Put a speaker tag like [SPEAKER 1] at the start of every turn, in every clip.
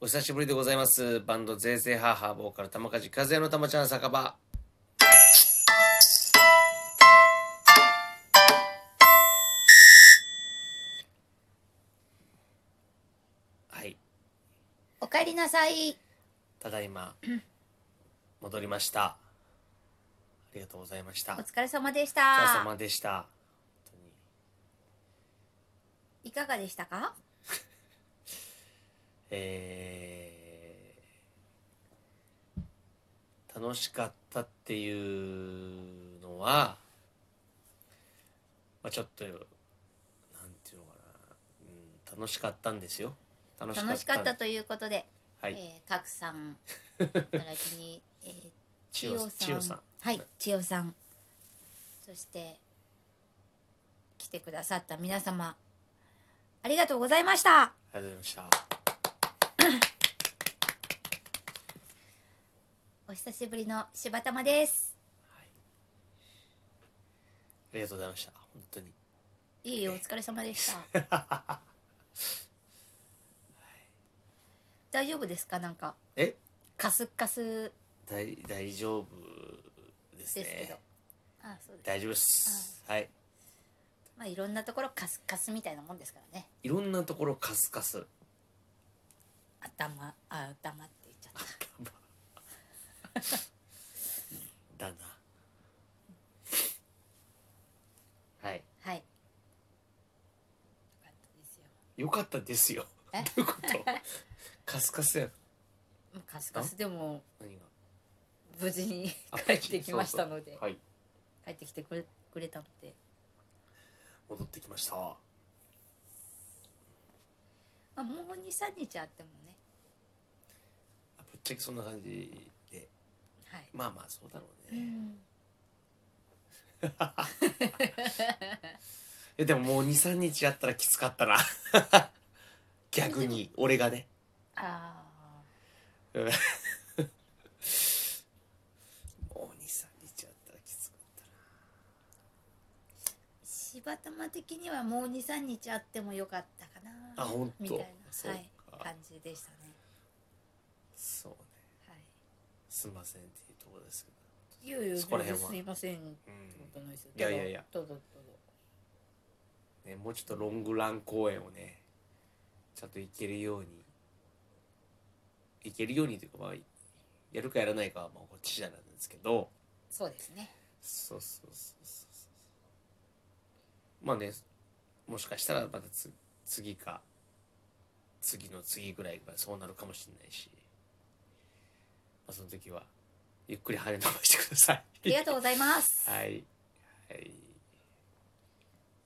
[SPEAKER 1] お久しぶりでございます。バンド、ぜいぜいハーハーボーカル、玉梶和也の玉ちゃん酒場。はい、
[SPEAKER 2] おかえりなさい。
[SPEAKER 1] ただいま、戻りました。ありがとうございました。お
[SPEAKER 2] お
[SPEAKER 1] 疲
[SPEAKER 2] 疲れ様でし
[SPEAKER 1] れ
[SPEAKER 2] た。
[SPEAKER 1] 様でした。本当に
[SPEAKER 2] いかがでしたか
[SPEAKER 1] えー楽しかったっていうのは、まあ、ちょっとなんていうのかな、うん、楽しかったんですよ楽
[SPEAKER 2] 楽しかったということで、
[SPEAKER 1] はい、
[SPEAKER 2] えー、かくさん、働きに、えー、
[SPEAKER 1] 千代千代さん
[SPEAKER 2] はい、千代さん。そして、来てくださった皆様、ありがとうございました。
[SPEAKER 1] ありがとうございました
[SPEAKER 2] お久しぶりの柴玉です。
[SPEAKER 1] ありがとうございました本当に
[SPEAKER 2] いいお疲れ様でした。大丈夫ですかなんか、
[SPEAKER 1] え
[SPEAKER 2] カスッカス
[SPEAKER 1] 大大丈夫ですね
[SPEAKER 2] ですけど。あ、そうです。
[SPEAKER 1] 大丈夫です、はい
[SPEAKER 2] まあ、いろんなところカスカスみたいなもんですからね
[SPEAKER 1] いろんなところカスカス
[SPEAKER 2] 頭あ頭って言っちゃった
[SPEAKER 1] だなはい
[SPEAKER 2] はいよかったですよ
[SPEAKER 1] よかったですよ。どういうこと。
[SPEAKER 2] え
[SPEAKER 1] カスカスやん。
[SPEAKER 2] もうカスカスでも
[SPEAKER 1] 何が。
[SPEAKER 2] 無事に
[SPEAKER 1] あ
[SPEAKER 2] 帰ってきましたの
[SPEAKER 1] そう
[SPEAKER 2] で
[SPEAKER 1] そうはい。
[SPEAKER 2] 帰ってきてくれくれたので、
[SPEAKER 1] 戻ってきました。
[SPEAKER 2] まあ、もう23日あってもね
[SPEAKER 1] ぶっちゃけそんな感じで、
[SPEAKER 2] はい、
[SPEAKER 1] まあまあそうだろう
[SPEAKER 2] う
[SPEAKER 1] ね。
[SPEAKER 2] ん、
[SPEAKER 1] えでももう二三日やったらきつかった な。逆に俺がね。
[SPEAKER 2] あ
[SPEAKER 1] もう二三日やったらきつかったな。
[SPEAKER 2] ー柴玉的にはもう23日あってもよかったかな
[SPEAKER 1] あ本
[SPEAKER 2] み
[SPEAKER 1] 当
[SPEAKER 2] たいな
[SPEAKER 1] そう
[SPEAKER 2] はい
[SPEAKER 1] か
[SPEAKER 2] 感じでしたね、
[SPEAKER 1] そうね。
[SPEAKER 2] は
[SPEAKER 1] すみませんっていうところですけ
[SPEAKER 2] い、いよいよ
[SPEAKER 1] そこら辺は
[SPEAKER 2] すいませんって
[SPEAKER 1] ど。
[SPEAKER 2] ことないですよ
[SPEAKER 1] いやいやいや
[SPEAKER 2] どうぞどうぞ
[SPEAKER 1] うん。ねもうちょっとロングラン公演をね、ちゃんと行けるように。行けるようにというかまあやるかやらないかはまあこっち次第なんですけど。
[SPEAKER 2] そうですね
[SPEAKER 1] そうそうそうそうそうまあねもしかしたらまたつ次か次の次ぐらいがそうなるかもしれないし、まあ、その時はゆっくり跳ね伸ばしてください
[SPEAKER 2] ありがとうございます。
[SPEAKER 1] はいはい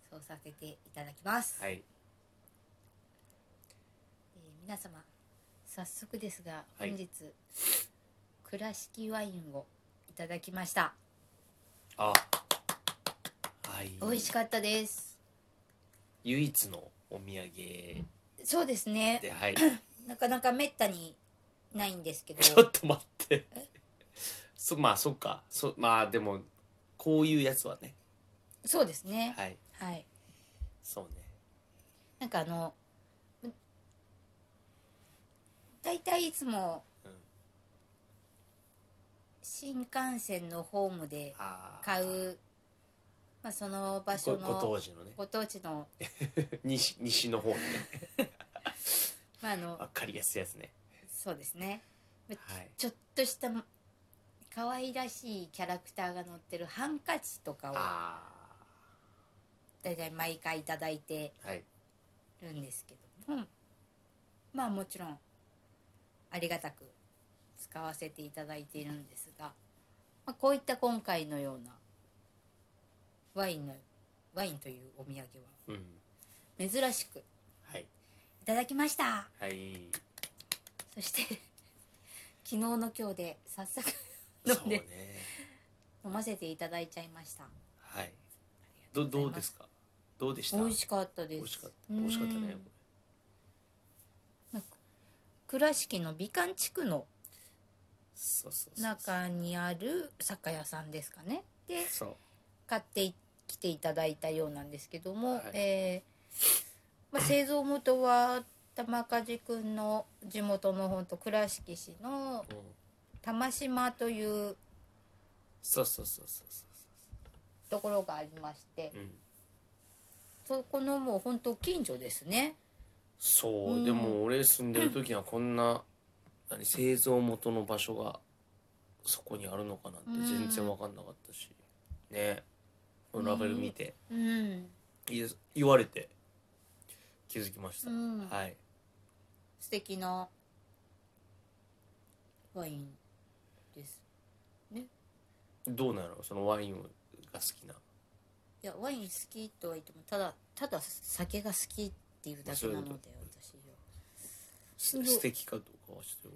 [SPEAKER 2] そうさせていただきます。
[SPEAKER 1] はい
[SPEAKER 2] えー皆様、早速ですが、
[SPEAKER 1] はい
[SPEAKER 2] 本日、倉敷ワインをいただきました。
[SPEAKER 1] あはい
[SPEAKER 2] 美味しかったです。
[SPEAKER 1] 唯一のお土産
[SPEAKER 2] そうですね。
[SPEAKER 1] ではい
[SPEAKER 2] なかなかめったにないんですけど、
[SPEAKER 1] ちょっと待ってそまあそっかそまあでもこういうやつはね
[SPEAKER 2] そうですね。
[SPEAKER 1] はい
[SPEAKER 2] はい。
[SPEAKER 1] そうね
[SPEAKER 2] なんかあの、大体いつも
[SPEAKER 1] うん、
[SPEAKER 2] 新幹線のホームで
[SPEAKER 1] あー
[SPEAKER 2] 買う、まあ、その場所
[SPEAKER 1] ご
[SPEAKER 2] の
[SPEAKER 1] ご当時のね
[SPEAKER 2] ご当地の、
[SPEAKER 1] 西西の方のね
[SPEAKER 2] まあ、あの
[SPEAKER 1] 分かりやすいやつね
[SPEAKER 2] そうですね
[SPEAKER 1] はい
[SPEAKER 2] ちょっとした可愛らしいキャラクターが載ってるハンカチとかを
[SPEAKER 1] あ
[SPEAKER 2] だいたい毎回いただいて
[SPEAKER 1] あはい
[SPEAKER 2] るんですけどもまあもちろんありがたく使わせていただいているんですが、まあ、こういった今回のようなワインのワインというお土産は
[SPEAKER 1] うん
[SPEAKER 2] 珍しくい
[SPEAKER 1] はい
[SPEAKER 2] ただきました
[SPEAKER 1] はい
[SPEAKER 2] そして 昨日の今日で早速飲
[SPEAKER 1] そうんね
[SPEAKER 2] で飲ませていただいちゃいました
[SPEAKER 1] はいどどうですかどうでした
[SPEAKER 2] 美味しかったです
[SPEAKER 1] 美味しかった美味しかったね
[SPEAKER 2] うん倉敷の美観地区の
[SPEAKER 1] そうそうそう
[SPEAKER 2] 中にある酒屋さんですかねで
[SPEAKER 1] そう
[SPEAKER 2] 買ってきていただいたようなんですけども、
[SPEAKER 1] はい
[SPEAKER 2] えーまあ、製造元は玉梶くんの地元の本当倉敷市の
[SPEAKER 1] うん、
[SPEAKER 2] 玉島という
[SPEAKER 1] そうそうそうそうそ
[SPEAKER 2] ところがありまして
[SPEAKER 1] う、うん、
[SPEAKER 2] そこのもう本当近所ですね
[SPEAKER 1] そう、
[SPEAKER 2] うん
[SPEAKER 1] でも俺住んでる時にはこん な何製造元の場所がそこにあるのかなんて全然分かんなかったし、ねラベル見て、
[SPEAKER 2] うん
[SPEAKER 1] いや言われて気づきました、
[SPEAKER 2] うん
[SPEAKER 1] はい
[SPEAKER 2] 素敵なワインです
[SPEAKER 1] どうなのそのワインが好きない
[SPEAKER 2] やワイン好きとは言ってもただただ酒が好きっていうだけなので
[SPEAKER 1] そういうこ
[SPEAKER 2] 私は
[SPEAKER 1] す
[SPEAKER 2] ごい
[SPEAKER 1] 素敵かどうかはちょっ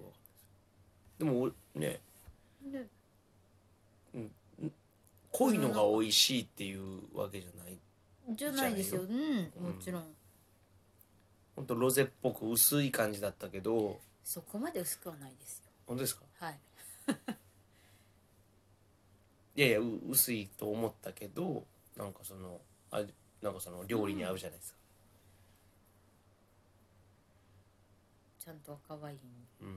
[SPEAKER 1] とよく分かんないですでも俺ね
[SPEAKER 2] ね
[SPEAKER 1] 濃いのが美味しいっていうわけじゃない
[SPEAKER 2] じゃないですようんもちろん、
[SPEAKER 1] ほんとロゼっぽく薄い感じだったけど
[SPEAKER 2] そこまで薄くはないですよ
[SPEAKER 1] 本当ですか
[SPEAKER 2] はい
[SPEAKER 1] いやいやう薄いと思ったけどなんかそのあなんかその料理に合うじゃないですか、
[SPEAKER 2] ちゃんと赤ワイン
[SPEAKER 1] うん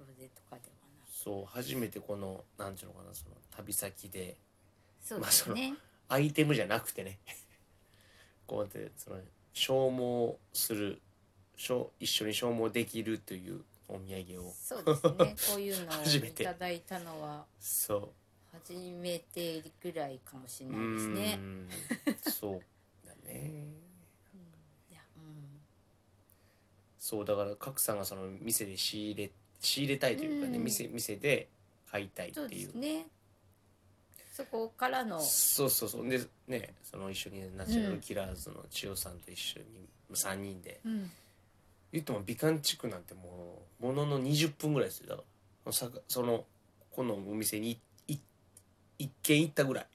[SPEAKER 2] ロゼとかではない
[SPEAKER 1] そう初めてこのなんていうのかなその旅先で
[SPEAKER 2] そうですね、
[SPEAKER 1] アイテムじゃなくてね こうやってその消耗する消一緒に消耗できるというお土産を
[SPEAKER 2] そうですね こういうのを
[SPEAKER 1] 初め
[SPEAKER 2] い
[SPEAKER 1] て
[SPEAKER 2] ただいたのは
[SPEAKER 1] そ
[SPEAKER 2] 初めてぐらいかもしれ
[SPEAKER 1] うう
[SPEAKER 2] ないですね
[SPEAKER 1] ん そうだね
[SPEAKER 2] いやうん
[SPEAKER 1] そうだから賀来さんがその店で仕入れ仕入れたいというかね、
[SPEAKER 2] うん
[SPEAKER 1] 店店で買いたいって
[SPEAKER 2] そうで
[SPEAKER 1] い
[SPEAKER 2] す
[SPEAKER 1] う
[SPEAKER 2] ねそこからの
[SPEAKER 1] そうそうそうでねその一緒にナチュラルキラーズの千代さんと一緒に3人で、
[SPEAKER 2] うん
[SPEAKER 1] 言っても美観地区なんてもうものの20分ぐらいですよだからさそのこのお店にいい一軒行ったぐらい、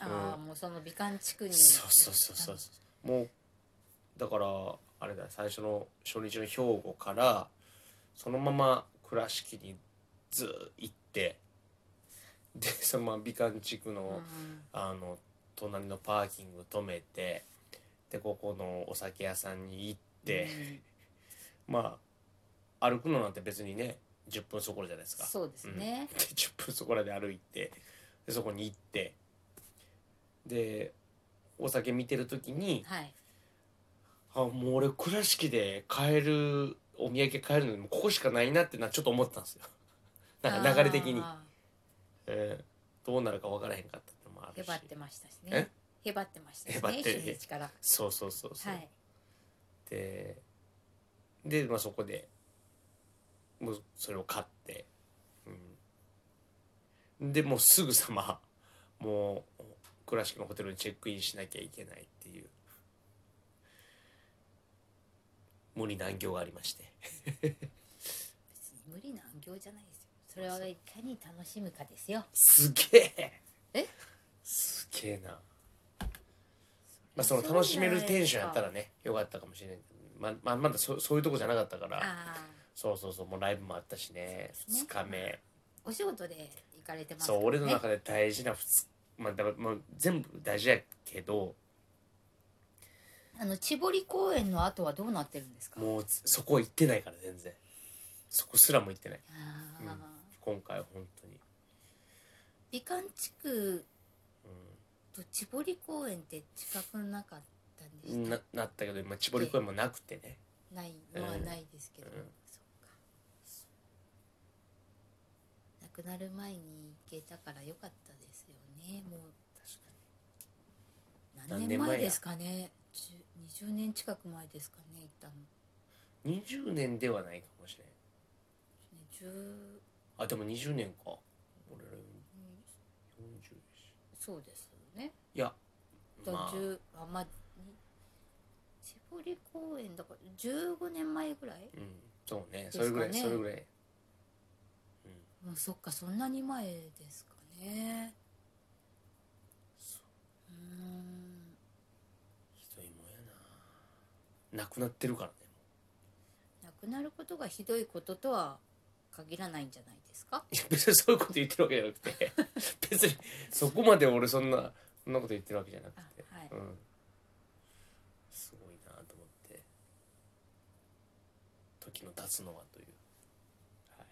[SPEAKER 2] ああ、
[SPEAKER 1] う
[SPEAKER 2] もうその美観地区に
[SPEAKER 1] そうそうそうそうそうもうだからあれだ最初の初日の兵庫からそのまま倉敷にずー行ってでそのまま美観地区の、
[SPEAKER 2] うん
[SPEAKER 1] あの隣のパーキング止めてでここのお酒屋さんに行って、まあ歩くのなんて別にね10分そこらじゃないですか
[SPEAKER 2] そうですね、
[SPEAKER 1] で10分そこらで歩いてでそこに行ってでお酒見てる時に
[SPEAKER 2] はい
[SPEAKER 1] あもう俺倉敷で買えるお土産買えるのにもうここしかないなってなちょっと思ってたんですよなんか流れ的に、
[SPEAKER 2] あ
[SPEAKER 1] えーどうなるか分からへんかったってのもあ
[SPEAKER 2] ーへ
[SPEAKER 1] るし
[SPEAKER 2] ばってましたしねへばってましたし
[SPEAKER 1] へばっ
[SPEAKER 2] ね
[SPEAKER 1] てる
[SPEAKER 2] 初日から
[SPEAKER 1] そうそうそうそう、
[SPEAKER 2] はい
[SPEAKER 1] でで、まあ、そこでもうそれを買って、うん、でもうすぐさまもう倉敷のホテルにチェックインしなきゃいけないっていう無理難行がありまして
[SPEAKER 2] 別に無理な行じゃないですよそれはいかに楽しむかですよ
[SPEAKER 1] すげえ
[SPEAKER 2] え
[SPEAKER 1] すげえな、まあ、その楽しめるテンションやったらねよかったかもしれないまままだそそういうとこじゃなかったから
[SPEAKER 2] ああ
[SPEAKER 1] そうそうそうもうライブもあったしね
[SPEAKER 2] うです
[SPEAKER 1] 2
[SPEAKER 2] ね
[SPEAKER 1] 日目
[SPEAKER 2] お仕事で行かれてますか
[SPEAKER 1] そ
[SPEAKER 2] ら
[SPEAKER 1] う
[SPEAKER 2] ね
[SPEAKER 1] 俺の中で大事な2日まあだからまあ全部大事やけど
[SPEAKER 2] あの千堀公園の後はどうなってるんですか
[SPEAKER 1] もうつそこ行ってないから全然そこすらも行ってない
[SPEAKER 2] あー
[SPEAKER 1] うん今回は本当に
[SPEAKER 2] 美観地区と千堀公園って近くなかったんで
[SPEAKER 1] う
[SPEAKER 2] し
[SPEAKER 1] ん
[SPEAKER 2] た
[SPEAKER 1] ななったけど今千堀公園もなくてね
[SPEAKER 2] ないのはないですけど、
[SPEAKER 1] うん
[SPEAKER 2] そっか亡くなる前に行けたから良かったですよねもう
[SPEAKER 1] 何
[SPEAKER 2] 何
[SPEAKER 1] 年
[SPEAKER 2] 年
[SPEAKER 1] 前や
[SPEAKER 2] 前ですかね10 20年近く前ですかね行ったの
[SPEAKER 1] 20年ではないかもしれん
[SPEAKER 2] 10
[SPEAKER 1] あでも20年か俺らよ
[SPEAKER 2] うん
[SPEAKER 1] り40でし
[SPEAKER 2] そうですよね
[SPEAKER 1] いや
[SPEAKER 2] と
[SPEAKER 1] まあ
[SPEAKER 2] 10あまあに千堀公園だから15年前ぐらい
[SPEAKER 1] うんそうね
[SPEAKER 2] です
[SPEAKER 1] そ
[SPEAKER 2] か
[SPEAKER 1] れぐ
[SPEAKER 2] ね
[SPEAKER 1] らいそれぐらい
[SPEAKER 2] もうそっかそんなに前ですかねうーん
[SPEAKER 1] ひどいもんやななくなってるからねも
[SPEAKER 2] 亡くなることがひどいこととは限らないんじゃないですか
[SPEAKER 1] ういや 別にそういうこと言ってるわけじゃなくて 別にそこまで俺そんなそんなこと言ってるわけじゃなく
[SPEAKER 2] あ
[SPEAKER 1] て
[SPEAKER 2] はい
[SPEAKER 1] うん、すごいなと思って時の経つのはという、はい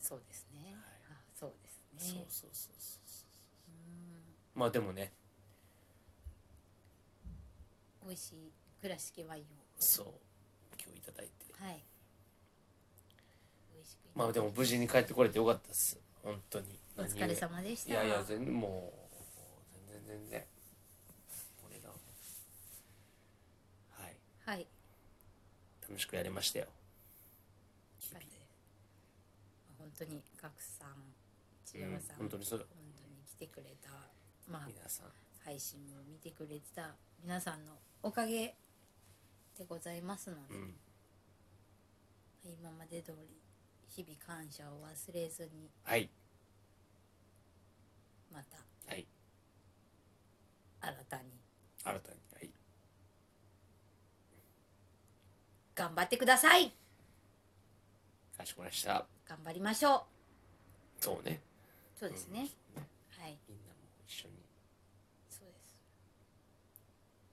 [SPEAKER 2] そうですね、
[SPEAKER 1] はい
[SPEAKER 2] あそうです
[SPEAKER 1] そう
[SPEAKER 2] ね
[SPEAKER 1] そうそうそうそう
[SPEAKER 2] うん
[SPEAKER 1] まあでもね
[SPEAKER 2] 美味しい倉敷ワインを
[SPEAKER 1] そう今日いただいて
[SPEAKER 2] はい美味しくいただき
[SPEAKER 1] まあでも無事に帰ってこれてよかったです本当に
[SPEAKER 2] お疲れ様でし
[SPEAKER 1] い
[SPEAKER 2] た
[SPEAKER 1] やいや全然もう全然全然俺がはい
[SPEAKER 2] はい
[SPEAKER 1] 楽しくやれましたよ
[SPEAKER 2] よかったです本当に賀来さん千
[SPEAKER 1] う
[SPEAKER 2] 代
[SPEAKER 1] ん
[SPEAKER 2] さん、
[SPEAKER 1] 本当にそうよ
[SPEAKER 2] 本当に来てくれたまあ
[SPEAKER 1] 皆さん
[SPEAKER 2] 配信も見てくれてた皆さんのおかげでございますので、
[SPEAKER 1] うん
[SPEAKER 2] 今まで通り日々感謝を忘れずに
[SPEAKER 1] はい
[SPEAKER 2] また
[SPEAKER 1] はい
[SPEAKER 2] 新たに
[SPEAKER 1] 新たにはい
[SPEAKER 2] 頑張ってください
[SPEAKER 1] かしこまりました
[SPEAKER 2] 頑張りましょ
[SPEAKER 1] そうね
[SPEAKER 2] うそうですね、はい
[SPEAKER 1] みんなも一緒に
[SPEAKER 2] そうです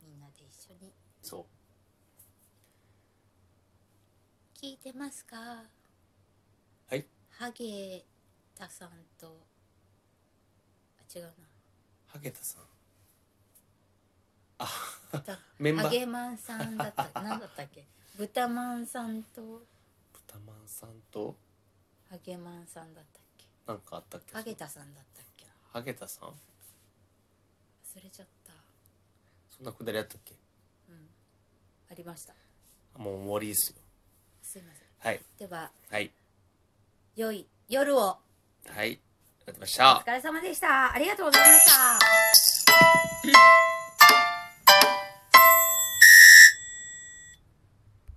[SPEAKER 2] みんなで一緒に
[SPEAKER 1] そう
[SPEAKER 2] 聞いてますか
[SPEAKER 1] はい
[SPEAKER 2] ハゲタさんとあ違 う
[SPEAKER 1] ハゲタさん
[SPEAKER 2] なだ
[SPEAKER 1] メンバー
[SPEAKER 2] ハゲマンさんだった 何だったっけ豚マンさんと
[SPEAKER 1] 豚まんさんと
[SPEAKER 2] ハゲマンさんだったっけ
[SPEAKER 1] なんかあったっけ
[SPEAKER 2] ハゲタさんだったっけ
[SPEAKER 1] ハゲタさん
[SPEAKER 2] 忘れちゃった
[SPEAKER 1] そんなくだりあったっけ
[SPEAKER 2] うんありました
[SPEAKER 1] もう終わりですよ
[SPEAKER 2] すいません
[SPEAKER 1] はい
[SPEAKER 2] では
[SPEAKER 1] はい
[SPEAKER 2] 良い夜を
[SPEAKER 1] はいありがとうございまし
[SPEAKER 2] お
[SPEAKER 1] た
[SPEAKER 2] 疲れ様でしたありがとうございました